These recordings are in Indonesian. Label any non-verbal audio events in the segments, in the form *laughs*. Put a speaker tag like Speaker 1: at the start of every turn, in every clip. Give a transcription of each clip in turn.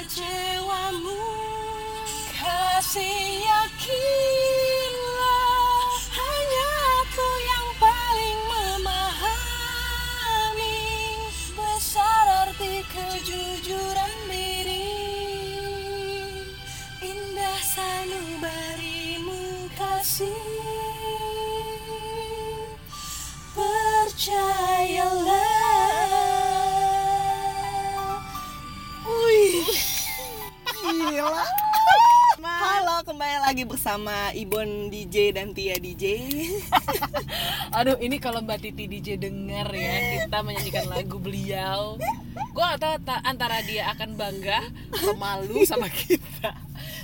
Speaker 1: kecewamu Kasih yakinlah Hanya aku yang paling memahami Besar arti kejujuran diri Indah sanubarimu kasih Percayalah Wih
Speaker 2: Gila. Halo, kembali lagi bersama Ibon DJ dan Tia
Speaker 1: *laughs*
Speaker 2: DJ.
Speaker 1: Aduh ini kalau Mbak Titi DJ denger ya Kita menyanyikan lagu beliau Gue gak tau ta- antara dia akan bangga Atau malu sama kita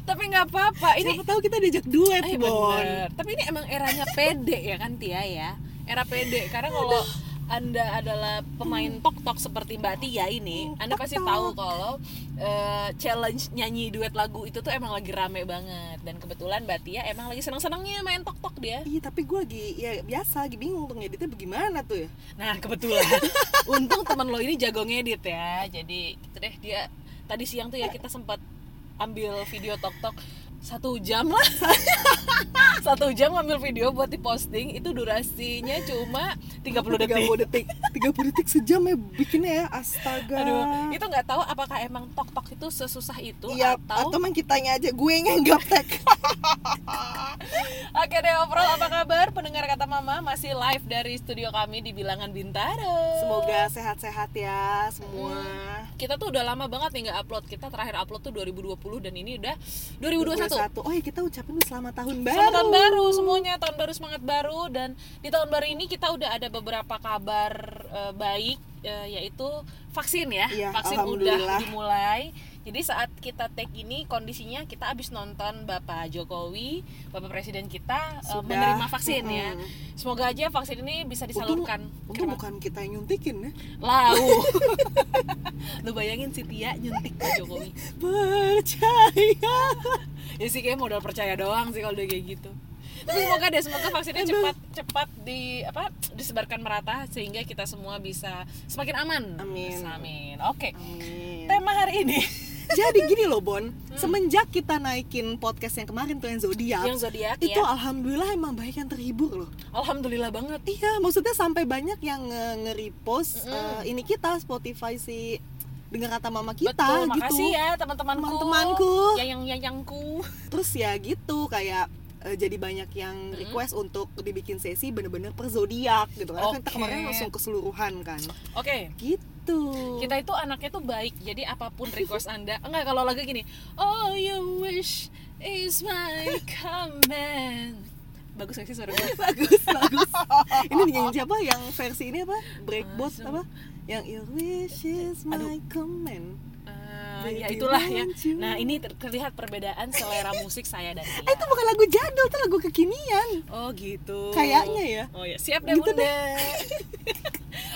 Speaker 1: Tapi gak apa-apa Ini
Speaker 2: Siapa tahu kita diajak duet,
Speaker 1: eh,
Speaker 2: Bon.
Speaker 1: bener. Tapi ini emang eranya pede ya kan Tia ya Era pede Karena kalau anda adalah pemain tok-tok seperti Mbak Tia ini Anda pasti tahu kalau eh, challenge nyanyi duet lagu itu tuh emang lagi rame banget Dan kebetulan Mbak Tia emang lagi senang-senangnya main tok-tok dia
Speaker 2: Iya, tapi gue lagi ya biasa lagi bingung tuh ngeditnya bagaimana tuh ya.
Speaker 1: Nah kebetulan Untung teman lo ini jago ngedit ya Jadi gitu deh dia Tadi siang tuh ya kita sempat ambil video tok-tok Satu jam lah *laughs* Satu jam ngambil video buat diposting Itu durasinya cuma 30 detik
Speaker 2: 30 detik. 30 detik sejam ya bikinnya ya. Astaga.
Speaker 1: Aduh, itu nggak tahu apakah emang tok-tok itu sesusah itu
Speaker 2: Iya, atau,
Speaker 1: atau
Speaker 2: main kitanya aja gue yang
Speaker 1: *laughs*
Speaker 2: gaptek.
Speaker 1: Oke deh, overall apa kabar? Pendengar kata mama masih live dari studio kami di Bilangan Bintaro
Speaker 2: Semoga sehat-sehat ya semua.
Speaker 1: kita tuh udah lama banget nih nggak upload kita terakhir upload tuh 2020 dan ini udah 2021
Speaker 2: Oh ya kita ucapin selamat tahun baru.
Speaker 1: Selamat tahun baru semuanya tahun baru semangat baru dan di tahun baru ini kita udah ada beberapa kabar eh, baik eh, yaitu vaksin ya
Speaker 2: Iya,
Speaker 1: vaksin udah
Speaker 2: alhamdulillah.
Speaker 1: dimulai jadi saat kita take ini kondisinya kita abis nonton Bapak Jokowi Bapak Presiden kita eh,
Speaker 2: Sudah.
Speaker 1: menerima vaksin ya
Speaker 2: Mm-mm.
Speaker 1: semoga aja vaksin ini bisa disalurkan
Speaker 2: Untung
Speaker 1: Kenapa?
Speaker 2: bukan kita yang nyuntikin ya.
Speaker 1: Lau.
Speaker 2: *laughs*
Speaker 1: Lu bayangin si Tia nyuntik Pak Jokowi.
Speaker 2: Percaya.
Speaker 1: Ya sih kayak modal percaya doang sih kalau udah kayak gitu. Tapi semoga deh semoga vaksinnya cepat cepat di apa disebarkan merata sehingga kita semua bisa semakin aman.
Speaker 2: Amin.
Speaker 1: Amin. Oke. Tema hari ini
Speaker 2: Jadi gini loh Bon, semenjak kita naikin podcast yang kemarin tuh yang zodiak,
Speaker 1: yang zodiak
Speaker 2: itu
Speaker 1: ya.
Speaker 2: alhamdulillah emang banyak yang terhibur loh.
Speaker 1: Alhamdulillah banget.
Speaker 2: Iya, maksudnya sampai banyak yang nge- nge-repost
Speaker 1: Mm-mm.
Speaker 2: eh, ini kita Spotify si dengar kata mama kita
Speaker 1: Betul,
Speaker 2: gitu.
Speaker 1: makasih ya teman-temanku. Ya.
Speaker 2: Teman-temanku.
Speaker 1: Yang yang yangku.
Speaker 2: Terus ya gitu kayak eh, jadi banyak yang request untuk dibikin sesi bener-bener per zodiak gitu karena kan kita
Speaker 1: Oke.
Speaker 2: kemarin langsung keseluruhan kan
Speaker 1: Oke.
Speaker 2: gitu
Speaker 1: kita itu anaknya tuh baik jadi apapun request anda enggak kalau lagu gini oh you wish is my command bagus gak sih suara gue
Speaker 2: *laughs* bagus bagus ini yang siapa yang versi ini apa breakbot apa
Speaker 1: Langsung.
Speaker 2: yang your wish is my command
Speaker 1: Eh,
Speaker 2: Baby,
Speaker 1: ya itulah ya
Speaker 2: want you.
Speaker 1: nah ini ter- terlihat perbedaan selera musik saya dan
Speaker 2: Ah, itu
Speaker 1: dia
Speaker 2: bukan lagu jadul itu lagu kekinian
Speaker 1: oh gitu
Speaker 2: Kayaknya ya.
Speaker 1: oh ya siap deh
Speaker 2: Gitu
Speaker 1: bunda *laughs*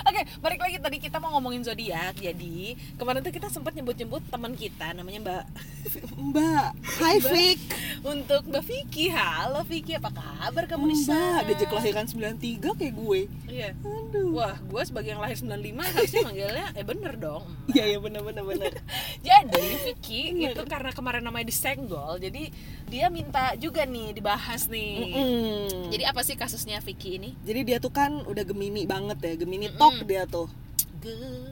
Speaker 1: Oke, balik lagi tadi kita mau ngomongin zodiak. Jadi kemarin tuh kita sempat nyebut-nyebut teman kita namanya Mbak *laughs*
Speaker 2: mbak hi
Speaker 1: Mbak.
Speaker 2: Fik
Speaker 1: untuk Mbak Vicky. Halo Vicky, apa kabar kamu di
Speaker 2: mbak
Speaker 1: sana?
Speaker 2: ada aja kelahiran 93 kayak gue
Speaker 1: Iya.
Speaker 2: aduh
Speaker 1: Wah, gue sebagai yang lahir 95 harusnya manggilnya eh bener dong.
Speaker 2: iya iya benar benar
Speaker 1: *laughs*
Speaker 2: benar
Speaker 1: Jadi Vicky itu karena kemarin namanya disenggol, jadi dia minta juga nih dibahas nih.
Speaker 2: Mm-mm.
Speaker 1: Jadi apa sih kasusnya Vicky ini?
Speaker 2: Hmm. jadi dia tuh kan udah gemini banget ya gemini tok dia tuh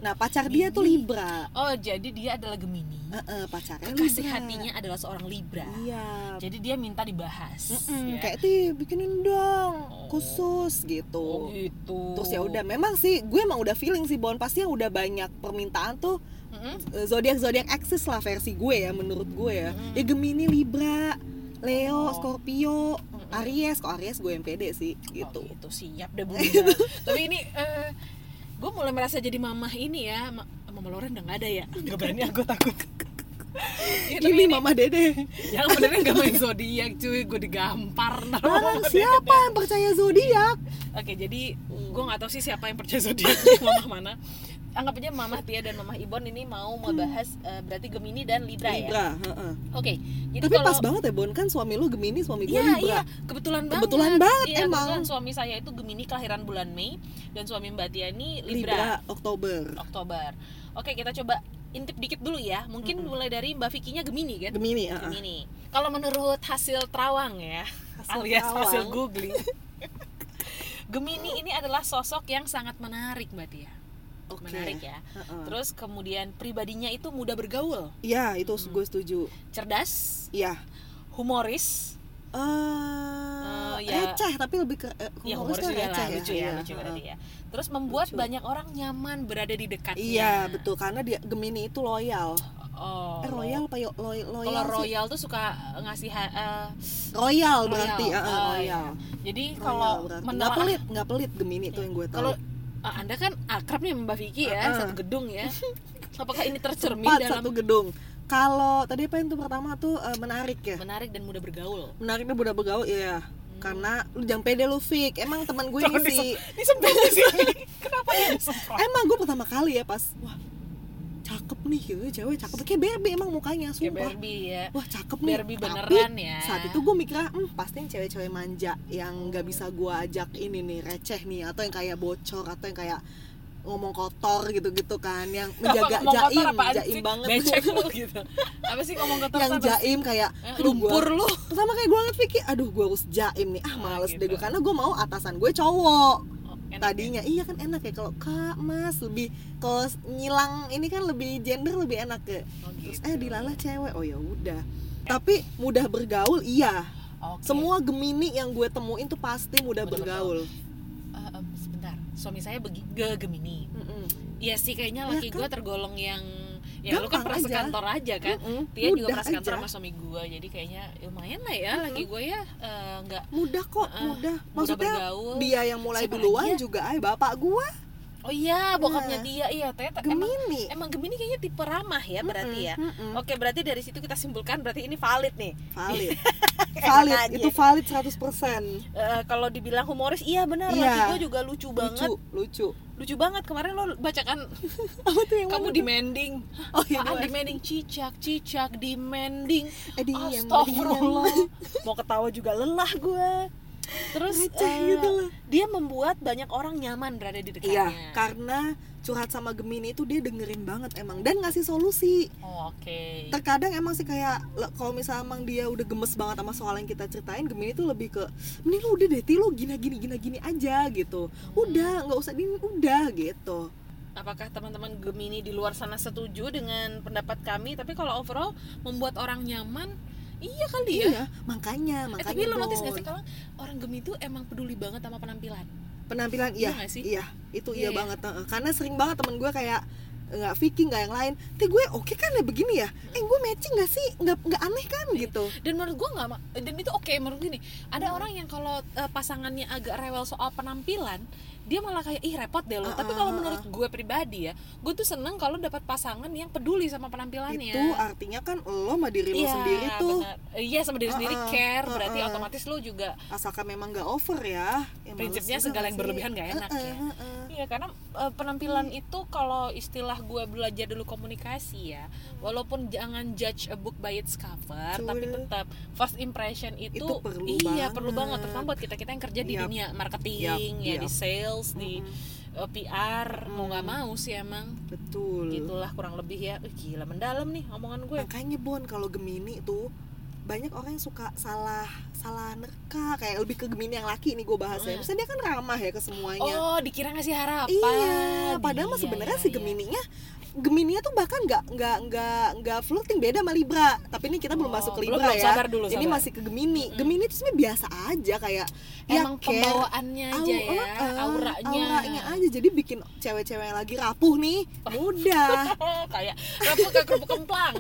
Speaker 2: nah pacar dia tuh
Speaker 1: Gemini.
Speaker 2: libra
Speaker 1: Oh, jadi dia adalah Gemini.
Speaker 2: Eh, eh, pacarnya
Speaker 1: Kasih
Speaker 2: Libra.
Speaker 1: hatinya adalah seorang Libra.
Speaker 2: iya
Speaker 1: Jadi dia minta dibahas.
Speaker 2: Mm-mm,
Speaker 1: ya.
Speaker 2: kayak tuh bikinin
Speaker 1: Oh.
Speaker 2: dong khusus gitu
Speaker 1: oh gitu.
Speaker 2: terus ya udah memang sih gue emang udah feeling sih Bon pasti yang udah banyak permintaan tuh
Speaker 1: Mm-mm.
Speaker 2: zodiak zodiak Axis lah versi gue ya menurut gue ya ya Gemini Libra Leo
Speaker 1: Hmm. Oh.
Speaker 2: Scorpio
Speaker 1: Mm-mm.
Speaker 2: Aries kok Aries gue yang pede sih gitu
Speaker 1: Oh, gitu siap deh
Speaker 2: *laughs*
Speaker 1: bunda. Tapi ini gue mulai merasa jadi mamah ini ya. Ma- mama Loren udah nggak ada ya. Gak berani aku takut. Ya, tapi
Speaker 2: ini Mama Dede
Speaker 1: yang benernya nggak main zodiak cuy, gue digampar. ntar
Speaker 2: Orang
Speaker 1: *laughs* Mama Dede.
Speaker 2: siapa yang percaya zodiak
Speaker 1: Oke jadi
Speaker 2: Hmm.
Speaker 1: gue nggak tahu sih siapa yang percaya zodiak *laughs* mamah mana. Anggap aja mamah Tia dan mamah Ibon ini mau membahas eh, berarti Gemini dan Libra, ya.
Speaker 2: Hmm. Libra heeh.
Speaker 1: Oke. Jadi
Speaker 2: tapi
Speaker 1: kalau
Speaker 2: pas banget ya Bon kan suami lu Gemini suami gue
Speaker 1: Iya, iya,
Speaker 2: Libra
Speaker 1: kebetulan banget.
Speaker 2: Kebetulan banget,
Speaker 1: Iya,
Speaker 2: emang.
Speaker 1: kebetulan suami saya itu Gemini kelahiran bulan Mei dan suami Mbak Tia ini Oh,
Speaker 2: Libra Oktober
Speaker 1: Oktober. Oke, kita coba intip dikit dulu ya. Mungkin
Speaker 2: Mm-mm.
Speaker 1: mulai dari Mbak Vikinya Gemini kan?
Speaker 2: Gemini, uh-uh.
Speaker 1: Gemini. Kalau menurut hasil terawang ya,
Speaker 2: Hasil
Speaker 1: alias hasil
Speaker 2: terawang.
Speaker 1: googling. *laughs* Gemini ini adalah sosok yang sangat menarik Mbak Tia.
Speaker 2: Oke.
Speaker 1: Menarik ya.
Speaker 2: Uh-uh.
Speaker 1: Terus kemudian pribadinya itu mudah bergaul,
Speaker 2: Iya, itu
Speaker 1: Hmm.
Speaker 2: gue setuju.
Speaker 1: cerdas,
Speaker 2: Iya.
Speaker 1: humoris,
Speaker 2: Eh,
Speaker 1: ya.
Speaker 2: Oh, receh tapi lebih ke eh,
Speaker 1: ya
Speaker 2: humoris
Speaker 1: humoris
Speaker 2: tuh
Speaker 1: juga lah,
Speaker 2: receh
Speaker 1: lucu ya,
Speaker 2: Iya,
Speaker 1: lucu
Speaker 2: uh-uh.
Speaker 1: berarti ya. Terus membuat
Speaker 2: Lucu.
Speaker 1: banyak orang nyaman berada di dekatnya.
Speaker 2: Iya, betul karena dia Gemini itu loyal.
Speaker 1: Oh.
Speaker 2: Eh, royal apa yo- loy- loyal?
Speaker 1: Kalau
Speaker 2: sih?
Speaker 1: royal tuh suka ngasih ha- eh,
Speaker 2: royal berarti,
Speaker 1: Royal.
Speaker 2: uh-uh,
Speaker 1: Oh, iya.
Speaker 2: royal.
Speaker 1: jadi
Speaker 2: Royal
Speaker 1: kalau
Speaker 2: berarti. nggak
Speaker 1: menelaah
Speaker 2: pelit, nggak pelit Gemini itu yang gue tahu.
Speaker 1: kalau eh, Anda kan akrab nih sama Mbak Vicky ya,
Speaker 2: Uh-uh.
Speaker 1: satu gedung
Speaker 2: *laughs*
Speaker 1: ya. Apakah ini tercermin
Speaker 2: Empat
Speaker 1: dalam
Speaker 2: satu gedung. Kalau tadi apa yang tuh pertama tuh eh, menarik ya?
Speaker 1: menarik dan mudah bergaul?
Speaker 2: Menariknya budak begaul ya. Karena lu jangan pede lu fik. Emang teman gue ini
Speaker 1: Hmm. Jangan
Speaker 2: sih.
Speaker 1: Disemprot di sini.
Speaker 2: *laughs*
Speaker 1: Kenapa dia disemprot?
Speaker 2: Emang gue pertama kali ya pas wah cakep nih gitu cewek cakep kayak Barbie emang mukanya
Speaker 1: Kayak
Speaker 2: sumpah.
Speaker 1: Barbie ya.
Speaker 2: Wah cakep nih.
Speaker 1: Barbie
Speaker 2: Tapi
Speaker 1: beneran ya.
Speaker 2: saat itu
Speaker 1: *laughs*
Speaker 2: gue mikirnya hmm, pasti ini cewek-cewek manja yang nggak bisa gue ajak ini nih receh nih atau yang kayak bocor atau yang kayak ngomong kotor gitu-gitu kan yang menjaga
Speaker 1: ngomong kotor
Speaker 2: jaim
Speaker 1: apaan
Speaker 2: jaim
Speaker 1: sih?
Speaker 2: banget *laughs*
Speaker 1: Becek lu gitu. Apa sih ngomong kotor
Speaker 2: yang
Speaker 1: apa sih?
Speaker 2: jaim kayak
Speaker 1: Eh,
Speaker 2: aduh,
Speaker 1: lumpur
Speaker 2: gua-
Speaker 1: lu.
Speaker 2: pertama kayak gue ngeliat pikir aduh gue harus jaim nih ah
Speaker 1: Ah,
Speaker 2: males
Speaker 1: gitu.
Speaker 2: deh gue karena gue mau atasan gue cowok
Speaker 1: Oh, enak ya.
Speaker 2: tadinya iya kan enak ya kalau kak mas lebih kalau nyilang ini kan lebih gender lebih enak ya
Speaker 1: Oh,
Speaker 2: terus
Speaker 1: gitu.
Speaker 2: eh dilala cewek oh ya udah tapi mudah bergaul iya
Speaker 1: Oke.
Speaker 2: semua gemini yang gue temuin tuh pasti mudah
Speaker 1: Mudah
Speaker 2: bergaul
Speaker 1: Eh, em, sebentar. Suami saya begi ge Gemini.
Speaker 2: Mm-mm.
Speaker 1: Iya sih kayaknya
Speaker 2: Ya
Speaker 1: laki
Speaker 2: kan?
Speaker 1: gue tergolong yang ya lu
Speaker 2: Gampang
Speaker 1: kan pernah
Speaker 2: aja.
Speaker 1: sekantor aja kan.
Speaker 2: Mm-mm.
Speaker 1: Tia juga
Speaker 2: mudah
Speaker 1: pernah sekantor
Speaker 2: aja
Speaker 1: sama suami gue jadi kayaknya ya lumayan lah ya laki gue ya eh, nggak
Speaker 2: mudah kok
Speaker 1: Heeh.
Speaker 2: mudah
Speaker 1: mudah
Speaker 2: maksudnya
Speaker 1: bergaul.
Speaker 2: dia yang mulai
Speaker 1: Siapa
Speaker 2: duluan
Speaker 1: lagi
Speaker 2: juga ay bapak gue
Speaker 1: Oh iya bokapnya
Speaker 2: Nah.
Speaker 1: dia iya ternyata emang
Speaker 2: gemini
Speaker 1: emang Gemini kayaknya tipe ramah ya berarti ya.
Speaker 2: Mm-mm.
Speaker 1: Oke berarti dari situ kita simpulkan berarti ini valid nih. *laughs*
Speaker 2: valid valid
Speaker 1: aja.
Speaker 2: itu valid 100%
Speaker 1: Eh, kalau dibilang humoris iya benar
Speaker 2: Iya.
Speaker 1: laki gue juga lucu banget
Speaker 2: lucu lucu
Speaker 1: lucu banget kemarin lo bacakan
Speaker 2: *laughs* apa tuh yang
Speaker 1: kamu
Speaker 2: mana?
Speaker 1: demanding
Speaker 2: *laughs* oh iya
Speaker 1: Apaan
Speaker 2: dua.
Speaker 1: demanding cicak cicak demanding
Speaker 2: eh diem,
Speaker 1: Iya,
Speaker 2: diem.
Speaker 1: Astagfirullah *laughs* Mau ketawa juga lelah gue Terus
Speaker 2: *laughs* Receh
Speaker 1: eh,
Speaker 2: gitu lah.
Speaker 1: dia membuat banyak orang nyaman berada di dekatnya
Speaker 2: Iya, karena curhat sama Gemini itu dia dengerin banget emang dan ngasih solusi.
Speaker 1: Oh, Oke
Speaker 2: Terkadang emang sih kayak le- kalau misalnya emang dia udah gemes banget sama soal yang kita ceritain, Gemini tuh lebih ke mending lu udah deh, Ti, lu gini gini gini gini aja gitu.
Speaker 1: Hmm.
Speaker 2: Udah, nggak usah ini udah gitu.
Speaker 1: Apakah teman-teman Gemini di luar sana setuju dengan pendapat kami Tapi kalau overall membuat orang nyaman Iya kali ya
Speaker 2: Iya, makanya,
Speaker 1: Eh,
Speaker 2: makanya.
Speaker 1: tapi lo notice
Speaker 2: Bon.
Speaker 1: gak sih kalau orang Gemini itu emang peduli banget sama penampilan
Speaker 2: penampilan
Speaker 1: Iya
Speaker 2: iya
Speaker 1: nggak sih?
Speaker 2: iya itu
Speaker 1: Iya,
Speaker 2: iya,
Speaker 1: iya.
Speaker 2: banget heeh. karena sering banget temen gue kayak nggak Vicky nggak yang lain teh gue oke kan ya begini ya eh gue matching nggak sih nggak nggak aneh kan
Speaker 1: Iya,
Speaker 2: gitu
Speaker 1: dan menurut gue nggak ma- dan itu oke menurut gini ada
Speaker 2: Hmm.
Speaker 1: orang yang kalau eh, pasangannya agak rewel soal penampilan dia malah kayak ih repot deh lo
Speaker 2: Ah,
Speaker 1: tapi
Speaker 2: ah,
Speaker 1: kalau
Speaker 2: ah,
Speaker 1: menurut gue pribadi ya gue tuh seneng kalau dapat pasangan yang peduli sama penampilannya
Speaker 2: itu artinya kan lo sama diri lo
Speaker 1: ya. Iya,
Speaker 2: sendiri tuh
Speaker 1: benar. Eh, iya sama diri
Speaker 2: Ah,
Speaker 1: sendiri
Speaker 2: ah,
Speaker 1: care
Speaker 2: ah,
Speaker 1: berarti
Speaker 2: ah.
Speaker 1: otomatis lo juga
Speaker 2: asalkan memang nggak over ya, ya males
Speaker 1: Prinsipnya
Speaker 2: juga
Speaker 1: segala
Speaker 2: nggak
Speaker 1: yang
Speaker 2: sih?
Speaker 1: berlebihan nggak enak
Speaker 2: Heeh,
Speaker 1: ya.
Speaker 2: heeh.
Speaker 1: Iya karena eh, penampilan itu kalau istilah gue belajar dulu komunikasi ya walaupun jangan judge a book by its cover tapi
Speaker 2: Betul.
Speaker 1: tetap first impression itu,
Speaker 2: Itu perlu banget.
Speaker 1: iya perlu banget terutama buat kita kita yang kerja di
Speaker 2: Yap.
Speaker 1: dunia marketing
Speaker 2: Yap,
Speaker 1: ya
Speaker 2: yap.
Speaker 1: di sales di
Speaker 2: Mm-mm,
Speaker 1: eh, PR mau nggak
Speaker 2: Mm.
Speaker 1: mau sih emang
Speaker 2: betul
Speaker 1: gitulah kurang lebih ya Wih, gila mendalam nih omongan gue
Speaker 2: makanya Bon kalau Gemini tuh banyak orang yang suka salah salah nerka kayak lebih ke Gemini yang laki nih gue bahas ya
Speaker 1: Mm.
Speaker 2: misalnya dia kan ramah ya ke semuanya
Speaker 1: oh dikira ngasih harapan
Speaker 2: Iya, padahal mah
Speaker 1: Iya,
Speaker 2: sebenarnya
Speaker 1: iya,
Speaker 2: si
Speaker 1: iya.
Speaker 2: Gemininya Gemininya tuh bahkan nggak nggak nggak nggak flirting beda sama Libra. Tapi ini kita belum
Speaker 1: Oh,
Speaker 2: masuk ke
Speaker 1: belum,
Speaker 2: Libra
Speaker 1: belum,
Speaker 2: ya.
Speaker 1: sabar dulu,
Speaker 2: Ini
Speaker 1: sabar.
Speaker 2: masih ke Gemini.
Speaker 1: Mm-mm.
Speaker 2: Gemini itu sebenarnya biasa aja kayak
Speaker 1: emang
Speaker 2: ya, care.
Speaker 1: pembawaannya aja
Speaker 2: Au-
Speaker 1: ya
Speaker 2: eh,
Speaker 1: auranya
Speaker 2: auranya aja jadi bikin cewek-cewek yang lagi rapuh nih
Speaker 1: *laughs*
Speaker 2: mudah
Speaker 1: Oh, kayak kerupuk kayak kerupuk
Speaker 2: *laughs*
Speaker 1: kemplang.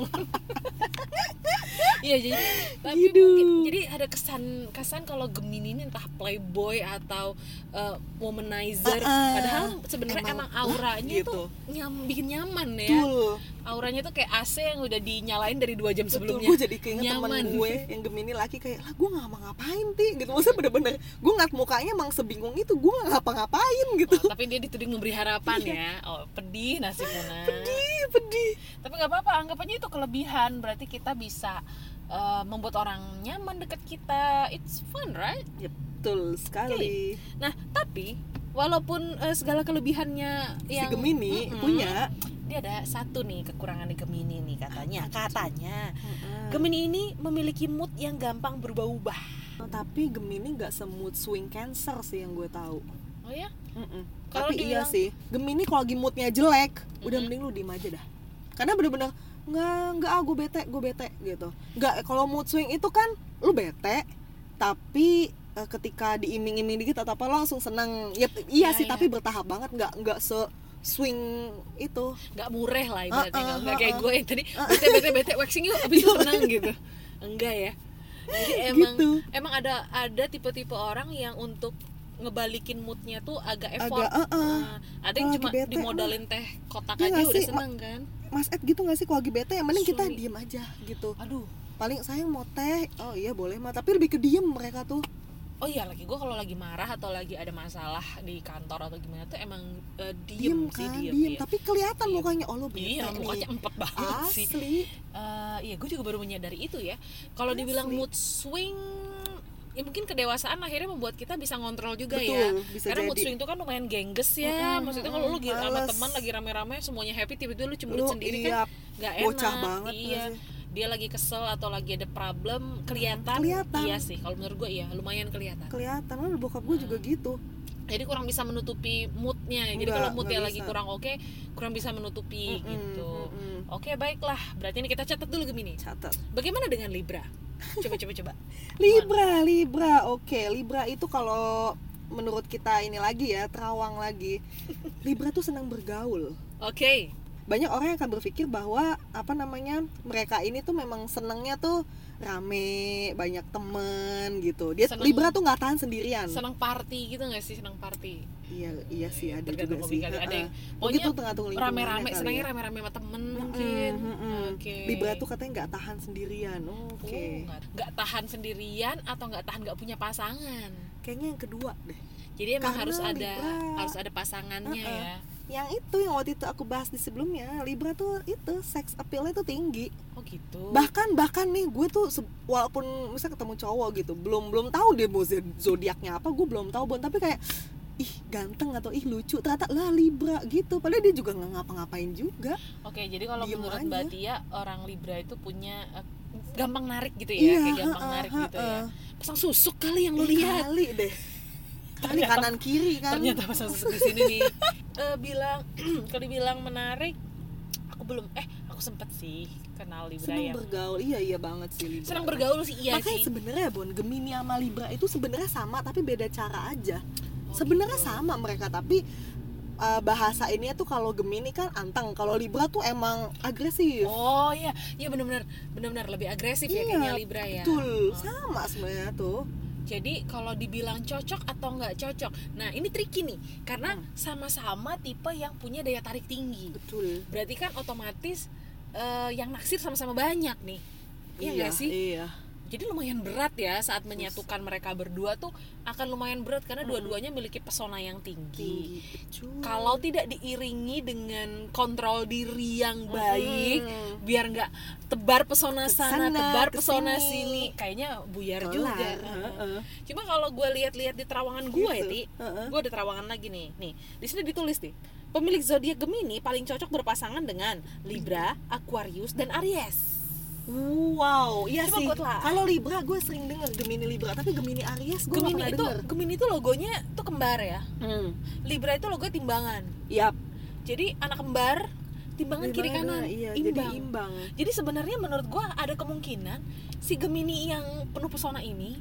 Speaker 1: Iya jadi tapi
Speaker 2: Gitu.
Speaker 1: mungkin jadi ada kesan kesan kalau Gemini ini entah playboy atau eh, womanizer
Speaker 2: Uh-uh.
Speaker 1: padahal sebenarnya emang,
Speaker 2: Emang,
Speaker 1: auranya
Speaker 2: gitu.
Speaker 1: tuh nyam, bikin nyaman ya.
Speaker 2: betul
Speaker 1: Auranya tuh kayak AC yang udah dinyalain dari dua jam
Speaker 2: betul *laughs*
Speaker 1: sebelumnya.
Speaker 2: gue jadi keinget
Speaker 1: Nyaman.
Speaker 2: teman gue yang gemini laki kayak lah gue nggak mau ngapain ti gitu maksudnya bener-bener gue ngeliat mukanya emang sebingung itu gue nggak ngapa-ngapain gitu *laughs*
Speaker 1: Oh, tapi dia dituding memberi harapan ya. Oh, pedih nasib Pedih.
Speaker 2: Ih, Iya. *laughs* pedih
Speaker 1: Tapi nggak apa-apa, anggapannya itu kelebihan. Berarti kita bisa eh, membuat orang nyaman dekat kita. It's fun, right?
Speaker 2: betul sekali
Speaker 1: Nah, tapi walaupun eh, segala kelebihannya yang
Speaker 2: si Gemini
Speaker 1: Mm-mm.
Speaker 2: punya
Speaker 1: dia ada satu nih kekurangan di Gemini nih katanya.
Speaker 2: Ah,
Speaker 1: Katanya
Speaker 2: Mm-mm.
Speaker 1: Gemini ini memiliki mood yang gampang berubah-ubah.
Speaker 2: tapi Gemini nggak semut swing cancer sih yang gue tahu.
Speaker 1: Oh ya? Kalau
Speaker 2: Tapi iya
Speaker 1: dibilang-
Speaker 2: sih, Gemini kalau lagi moodnya jelek, udah
Speaker 1: Mm-mm.
Speaker 2: mending lu diem aja dah. Karena bener-bener nggak nggak ah gue bete gue bete gitu. Nggak kalau mood swing itu kan lu bete, tapi eh, ketika diiming-iming dikit atau apa lo langsung seneng. Yep, iya
Speaker 1: Iya,
Speaker 2: sih
Speaker 1: iya.
Speaker 2: tapi bertahap banget nggak nggak se swing itu.
Speaker 1: nggak mureh lah ibaratnya
Speaker 2: Ah, ah,
Speaker 1: nggak- nggak
Speaker 2: ah,
Speaker 1: kayak
Speaker 2: ah. Iya,
Speaker 1: gue yang tadi bete bete bete waxing yuk abis itu tenang gitu enggak ya jadi emang
Speaker 2: Gitu.
Speaker 1: emang ada ada tipe-tipe orang yang untuk ngebalikin moodnya tuh agak effort
Speaker 2: Agak eh, eh.
Speaker 1: Nah, ada yang
Speaker 2: Kalau
Speaker 1: cuma
Speaker 2: lagi bete, ah.
Speaker 1: dimodalin teh kotak
Speaker 2: Iya
Speaker 1: aja
Speaker 2: nggak
Speaker 1: udah
Speaker 2: sih?
Speaker 1: seneng kan
Speaker 2: Mas Ed gitu nggak sih kalau lagi bete yang mending kita
Speaker 1: Swing.
Speaker 2: diem aja gitu.
Speaker 1: aduh
Speaker 2: Paling sayang mau teh, oh iya boleh mah. Tapi lebih ke diem mereka tuh.
Speaker 1: oh iya lagi gue kalau lagi marah atau lagi ada masalah di kantor atau gimana tuh emang eh,
Speaker 2: diem
Speaker 1: diem, sih
Speaker 2: kan
Speaker 1: diem,
Speaker 2: diem,
Speaker 1: diem.
Speaker 2: tapi kelihatan
Speaker 1: Diem.
Speaker 2: mukanya oh lo bete
Speaker 1: Iya, mukanya
Speaker 2: nih
Speaker 1: empet banget sih.
Speaker 2: asli
Speaker 1: Eh, iya gue juga baru menyadari itu ya kalau dibilang
Speaker 2: Asli.
Speaker 1: mood swing ya mungkin kedewasaan akhirnya membuat kita bisa ngontrol juga
Speaker 2: betul
Speaker 1: ya
Speaker 2: bisa
Speaker 1: karena mood
Speaker 2: jadi
Speaker 1: swing itu kan lumayan gengges ya
Speaker 2: Mm-mm,
Speaker 1: maksudnya kalau lu
Speaker 2: mm-mm,
Speaker 1: gi- sama
Speaker 2: males.
Speaker 1: teman lagi rame-rame semuanya happy tiba-tiba lu cemberut
Speaker 2: lu
Speaker 1: sendiri
Speaker 2: iya
Speaker 1: kan nggak enak
Speaker 2: bocah banget
Speaker 1: iya
Speaker 2: nggak sih?
Speaker 1: dia lagi kesel atau lagi ada problem kelihatan,
Speaker 2: kelihatan.
Speaker 1: iya sih kalau menurut gue iya lumayan kelihatan
Speaker 2: kelihatan lu bokap gue
Speaker 1: Hmm,
Speaker 2: juga gitu
Speaker 1: jadi kurang bisa menutupi moodnya jadi
Speaker 2: Nggak,
Speaker 1: kalau moodnya
Speaker 2: nggak
Speaker 1: lagi
Speaker 2: bisa.
Speaker 1: kurang oke kurang bisa menutupi
Speaker 2: Mm-mm,
Speaker 1: gitu
Speaker 2: mm-mm.
Speaker 1: Oke baiklah, berarti ini kita catat dulu Gemini
Speaker 2: hmm, catat
Speaker 1: Bagaimana dengan Libra? Coba coba
Speaker 2: *laughs*
Speaker 1: coba.
Speaker 2: libra libra oke libra itu kalau menurut kita ini lagi ya terawang lagi libra tuh senang bergaul
Speaker 1: Oke.
Speaker 2: banyak orang yang akan berpikir bahwa apa namanya mereka ini tuh memang senengnya tuh rame banyak temen gitu dia
Speaker 1: Seneng-
Speaker 2: libra tuh nggak tahan sendirian
Speaker 1: Senang party gitu nggak sih senang party?
Speaker 2: Iya, iya sih ada
Speaker 1: Tergantung
Speaker 2: juga
Speaker 1: hobi
Speaker 2: sih.
Speaker 1: kali. Ada
Speaker 2: Ha-ha.
Speaker 1: yang
Speaker 2: Mungkin
Speaker 1: pokoknya
Speaker 2: tuh tergantung lingkungannya
Speaker 1: rame-rame,
Speaker 2: kali
Speaker 1: senangnya
Speaker 2: ya.
Speaker 1: rame-rame sama temen
Speaker 2: Mm-mm,
Speaker 1: mungkin.
Speaker 2: mm-mm.
Speaker 1: Oke.
Speaker 2: Libra tuh katanya nggak tahan sendirian. Oke.
Speaker 1: Oh, nggak- nggak tahan sendirian atau nggak tahan nggak punya pasangan.
Speaker 2: Kayaknya yang kedua deh.
Speaker 1: Jadi emang
Speaker 2: Karena
Speaker 1: harus ada
Speaker 2: Libra-
Speaker 1: harus ada pasangannya
Speaker 2: Uh-uh.
Speaker 1: ya.
Speaker 2: Yang itu yang waktu itu aku bahas di sebelumnya, Libra tuh itu sex appeal-nya tuh tinggi.
Speaker 1: Oh gitu.
Speaker 2: Bahkan bahkan nih gue tuh se- walaupun misalnya ketemu cowok gitu, belum belum tahu dia mau ze- zodiaknya apa, gue belum tahu bon, tapi kayak ih ganteng atau ih lucu ternyata lah Libra gitu padahal dia juga nggak ngapa-ngapain juga
Speaker 1: Oke, jadi kalau
Speaker 2: Diem
Speaker 1: menurut
Speaker 2: aja.
Speaker 1: Mbak Tia orang Libra itu punya eh, gampang narik gitu ya,
Speaker 2: Iya,
Speaker 1: kayak gampang
Speaker 2: ha-ha,
Speaker 1: narik gitu
Speaker 2: ha-ha.
Speaker 1: ya. Pasang susuk kali yang
Speaker 2: Ih,
Speaker 1: lu lihat.
Speaker 2: kali
Speaker 1: *laughs*
Speaker 2: deh kali
Speaker 1: Ternyata-
Speaker 2: kanan kiri kan
Speaker 1: ternyata pas masuk di sini nih Eh, bilang *clears throat* kalau dibilang menarik aku belum eh aku sempet sih kenal Libra
Speaker 2: senang
Speaker 1: yang
Speaker 2: bergaul iya iya banget sih Libra
Speaker 1: senang bergaul sih iya
Speaker 2: makanya
Speaker 1: sih
Speaker 2: sebenarnya Bon Gemini sama Libra itu sebenarnya sama tapi beda cara aja
Speaker 1: Oh,
Speaker 2: sebenarnya
Speaker 1: gitu.
Speaker 2: sama mereka tapi uh, bahasa ini tuh kalau Gemini kan anteng kalau Libra tuh emang agresif
Speaker 1: oh iya iya benar-benar benar-benar lebih agresif
Speaker 2: Iya,
Speaker 1: ya kayaknya Libra ya
Speaker 2: betul
Speaker 1: Oh.
Speaker 2: sama sebenarnya tuh
Speaker 1: jadi kalau dibilang cocok atau nggak cocok nah ini tricky nih karena
Speaker 2: Hmm.
Speaker 1: sama-sama tipe yang punya daya tarik tinggi
Speaker 2: betul
Speaker 1: berarti kan otomatis eh, yang naksir sama-sama banyak nih Iya nggak sih?
Speaker 2: iya
Speaker 1: jadi lumayan berat ya saat menyatukan mereka berdua tuh akan lumayan berat karena
Speaker 2: Mm-mm.
Speaker 1: dua-duanya memiliki pesona yang
Speaker 2: tinggi
Speaker 1: tinggi.
Speaker 2: betul.
Speaker 1: Kalau tidak diiringi dengan kontrol diri yang baik,
Speaker 2: Mm-mm.
Speaker 1: biar nggak tebar pesona
Speaker 2: Kesana,
Speaker 1: sana, tebar pesona
Speaker 2: kesini.
Speaker 1: sini, kayaknya buyar
Speaker 2: Kelar.
Speaker 1: juga.
Speaker 2: Heeh.
Speaker 1: Cuma kalau gue lihat-lihat di terawangan gue, ya,
Speaker 2: Gitu.
Speaker 1: Ti,
Speaker 2: Heeh.
Speaker 1: gue ada terawangan lagi nih. Nih, di sini ditulis nih. Pemilik zodiak Gemini paling cocok berpasangan dengan Libra, Aquarius, dan Aries.
Speaker 2: Wow, iya
Speaker 1: Coba
Speaker 2: sih.
Speaker 1: gua telah.
Speaker 2: Kalau Libra gue sering denger Gemini Libra, tapi Gemini Aries gue nggak
Speaker 1: Gemini
Speaker 2: pernah
Speaker 1: itu,
Speaker 2: denger.
Speaker 1: Gemini itu logonya tuh kembar ya.
Speaker 2: Hmm.
Speaker 1: Libra itu logo timbangan.
Speaker 2: Yap.
Speaker 1: Jadi anak kembar timbangan kiri kanan
Speaker 2: Iya,
Speaker 1: imbang.
Speaker 2: jadi
Speaker 1: Jadi,
Speaker 2: imbang.
Speaker 1: sebenarnya menurut gua ada kemungkinan si Gemini yang penuh pesona ini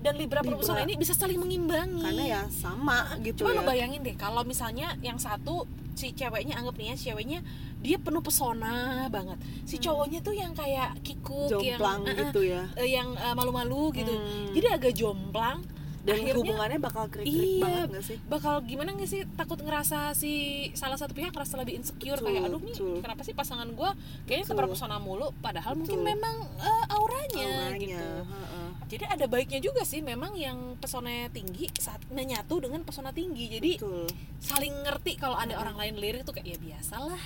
Speaker 1: dan Libra penuh
Speaker 2: Libra.
Speaker 1: pesona ini bisa saling mengimbangi.
Speaker 2: Karena ya sama gitu
Speaker 1: Coba
Speaker 2: ya.
Speaker 1: lu bayangin deh kalau misalnya yang satu si ceweknya anggap nih ya si ceweknya dia penuh pesona banget. Si
Speaker 2: Hmm.
Speaker 1: cowoknya tuh yang kayak kikuk
Speaker 2: Jomplang
Speaker 1: yang eh, eh,
Speaker 2: gitu ya.
Speaker 1: eh, yang eh, malu-malu gitu.
Speaker 2: Hmm.
Speaker 1: Jadi agak jomplang
Speaker 2: dan
Speaker 1: akhirnya-
Speaker 2: hubungannya bakal krik-krik
Speaker 1: Iya.
Speaker 2: banget gak sih?
Speaker 1: bakal gimana nggak sih takut ngerasa si salah satu pihak ngerasa lebih insecure
Speaker 2: Betul,
Speaker 1: kayak aduh nih
Speaker 2: betul.
Speaker 1: kenapa sih pasangan gue kayaknya
Speaker 2: Betul.
Speaker 1: keberapa pesona mulu padahal mungkin
Speaker 2: Betul.
Speaker 1: memang eh, auranya,
Speaker 2: Auranya.
Speaker 1: gitu
Speaker 2: heeh.
Speaker 1: jadi ada baiknya juga sih memang yang pesonanya tinggi saat menyatu dengan pesona tinggi jadi
Speaker 2: Betul.
Speaker 1: saling ngerti kalau ada orang lain lirik tuh kayak ya biasalah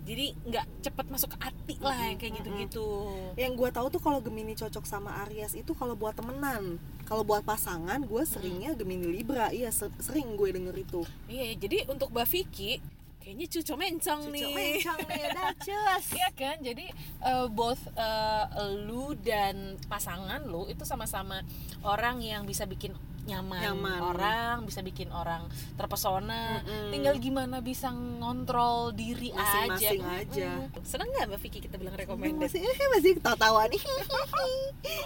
Speaker 1: jadi nggak cepet masuk ke hati lah yang
Speaker 2: Mm-mm.
Speaker 1: kayak gitu-gitu
Speaker 2: Yang gue tahu tuh kalau Gemini cocok sama Aries itu kalau buat temenan. Kalau buat pasangan
Speaker 1: Hmm.
Speaker 2: gue seringnya Gemini Libra. Iya, se- sering gue denger itu.
Speaker 1: iya jadi untuk Mbak Vicky kayaknya cucu mencong nih
Speaker 2: Cucu mencong nih,
Speaker 1: *laughs*
Speaker 2: dah cus.
Speaker 1: Iya kan, jadi eh, both eh, lu dan pasangan lu itu sama-sama orang yang bisa bikin nyaman,
Speaker 2: Nyaman. Mm.
Speaker 1: orang, bisa bikin orang terpesona.
Speaker 2: Mm-mm.
Speaker 1: Tinggal gimana bisa ngontrol diri
Speaker 2: Masing-masing
Speaker 1: aja.
Speaker 2: aja.
Speaker 1: Mm-mm. Seneng nggak Mbak Vicky kita bilang recommended?
Speaker 2: Masih, *laughs* eh, masih ketawa nih.
Speaker 1: *laughs*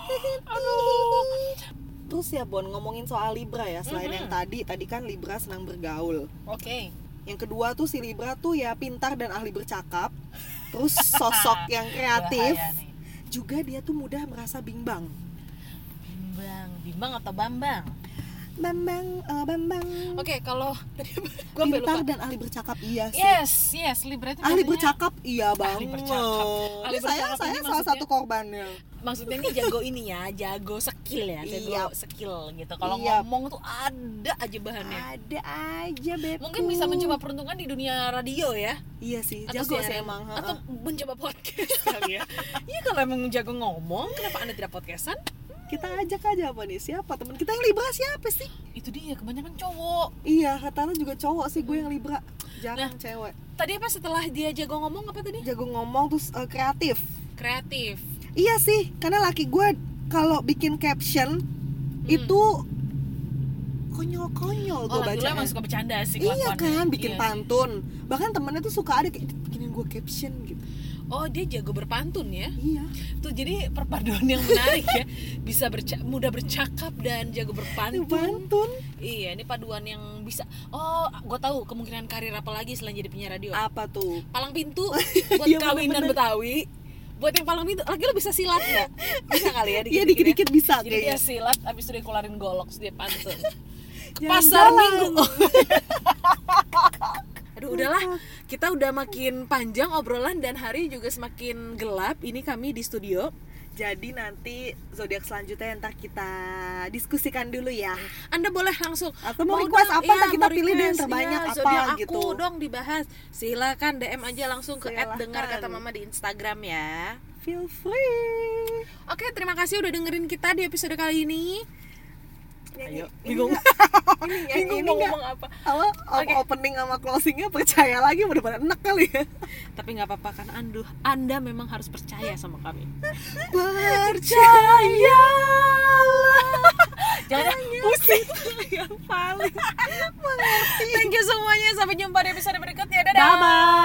Speaker 1: Aduh.
Speaker 2: Terus ya Bon, ngomongin soal Libra ya, selain
Speaker 1: Mhm.
Speaker 2: yang tadi, tadi kan Libra senang bergaul.
Speaker 1: Oke.
Speaker 2: Yang kedua tuh si Libra tuh ya pintar dan ahli bercakap. Terus
Speaker 1: *laughs*
Speaker 2: sosok yang kreatif.
Speaker 1: Bahaya nih.
Speaker 2: Juga dia tuh mudah merasa bimbang.
Speaker 1: Bimbang, bimbang atau bambang?
Speaker 2: Bambang, eh, Bambang.
Speaker 1: Oke, kalau tadi Oh, gua sampai
Speaker 2: pintar
Speaker 1: lupa.
Speaker 2: dan ahli bercakap iya sih.
Speaker 1: Yes, yes, Libra itu
Speaker 2: Ahli
Speaker 1: biasanya-
Speaker 2: bercakap iya banget.
Speaker 1: bercakap. Ahli
Speaker 2: Ini saya
Speaker 1: bercakap
Speaker 2: saya
Speaker 1: ini
Speaker 2: salah
Speaker 1: maksudnya-
Speaker 2: satu korbannya.
Speaker 1: maksudnya ini jago ini ya jago skill ya jago
Speaker 2: Iya.
Speaker 1: skill gitu kalau
Speaker 2: Iya.
Speaker 1: ngomong tuh ada aja bahannya
Speaker 2: Ada aja beb.
Speaker 1: mungkin bisa mencoba peruntungan di dunia radio ya
Speaker 2: Iya sih,
Speaker 1: atau
Speaker 2: jago sih
Speaker 1: siaran.
Speaker 2: emang. ha-ha.
Speaker 1: atau mencoba podcast *laughs* kali ya iya kalau emang jago ngomong kenapa anda tidak podcastan
Speaker 2: kita ajak aja apa nih? Siapa teman kita yang Libra siapa sih?
Speaker 1: itu dia kebanyakan cowok
Speaker 2: Iya, katanya juga cowok sih gue yang Libra. Jangan
Speaker 1: Nah.
Speaker 2: cewek.
Speaker 1: tadi apa setelah dia jago ngomong apa tadi
Speaker 2: Jago ngomong terus eh, kreatif.
Speaker 1: kreatif
Speaker 2: Iya sih, karena laki gue kalau bikin caption itu konyol-konyol gue
Speaker 1: Hmm. oh laki
Speaker 2: baca.
Speaker 1: lu emang suka bercanda sih
Speaker 2: Iya
Speaker 1: kelakuannya.
Speaker 2: kan, bikin
Speaker 1: Iya.
Speaker 2: pantun. Bahkan temennya tuh suka ada kayak bikinin gue caption gitu.
Speaker 1: oh dia jago berpantun ya
Speaker 2: Iya.
Speaker 1: tuh jadi perpaduan yang menarik ya bisa berca- mudah bercakap dan jago berpantun
Speaker 2: Pantun.
Speaker 1: Iya, ini paduan yang bisa. Oh, gue tahu kemungkinan karir apa lagi selain jadi penyiar radio.
Speaker 2: Apa tuh?
Speaker 1: Palang
Speaker 2: *laughs*
Speaker 1: pintu buat
Speaker 2: Ah. Iya,
Speaker 1: kawinan
Speaker 2: bener-bener.
Speaker 1: Betawi. Buat yang palang pintu, lagi lo bisa silat nggak? Bisa kali ya
Speaker 2: Iya dikit-dikit
Speaker 1: dikit-dikit.
Speaker 2: bisa
Speaker 1: ya? Jadi dia
Speaker 2: kayaknya.
Speaker 1: silat, abis itu dia keluarin golok, terus dia
Speaker 2: *laughs*
Speaker 1: pantun.
Speaker 2: Jalan-jalan.
Speaker 1: Pasar minggu.
Speaker 2: *laughs*
Speaker 1: Aduh, udahlah. Kita udah makin panjang obrolan dan hari juga semakin gelap. Ini kami di studio.
Speaker 2: Jadi nanti zodiak selanjutnya entar kita diskusikan dulu ya.
Speaker 1: Anda boleh langsung
Speaker 2: Atau mau request
Speaker 1: dong, Iya,
Speaker 2: apa, ntar kita
Speaker 1: mau
Speaker 2: pilih deh yang
Speaker 1: request.
Speaker 2: terbanyak
Speaker 1: Iya,
Speaker 2: apa
Speaker 1: zodiak aku
Speaker 2: gitu.
Speaker 1: dong dibahas. Silakan DM aja langsung ke
Speaker 2: Silakan.
Speaker 1: @dengar kata mama di Instagram ya.
Speaker 2: Feel free.
Speaker 1: Oke, terima kasih udah dengerin kita di episode kali ini.
Speaker 2: Nyanyi-
Speaker 1: Ayo,
Speaker 2: ini
Speaker 1: bingung. *laughs*
Speaker 2: nggak- Ini nyanyi
Speaker 1: Bingung
Speaker 2: Iya, ini
Speaker 1: mau
Speaker 2: nggak?
Speaker 1: ngomong apa.
Speaker 2: Apa
Speaker 1: Oke.
Speaker 2: op- opening sama closingnya percaya lagi bener-bener enak kali ya.
Speaker 1: Tapi nggak apa-apa kan Andu. Anda memang harus percaya sama kami.
Speaker 2: Percaya. *laughs*
Speaker 1: Jangan
Speaker 2: *laughs*
Speaker 1: pusing
Speaker 2: Iya,
Speaker 1: yang paling. Thank you semuanya. Sampai jumpa di episode berikutnya. Dadah.
Speaker 2: Bye bye.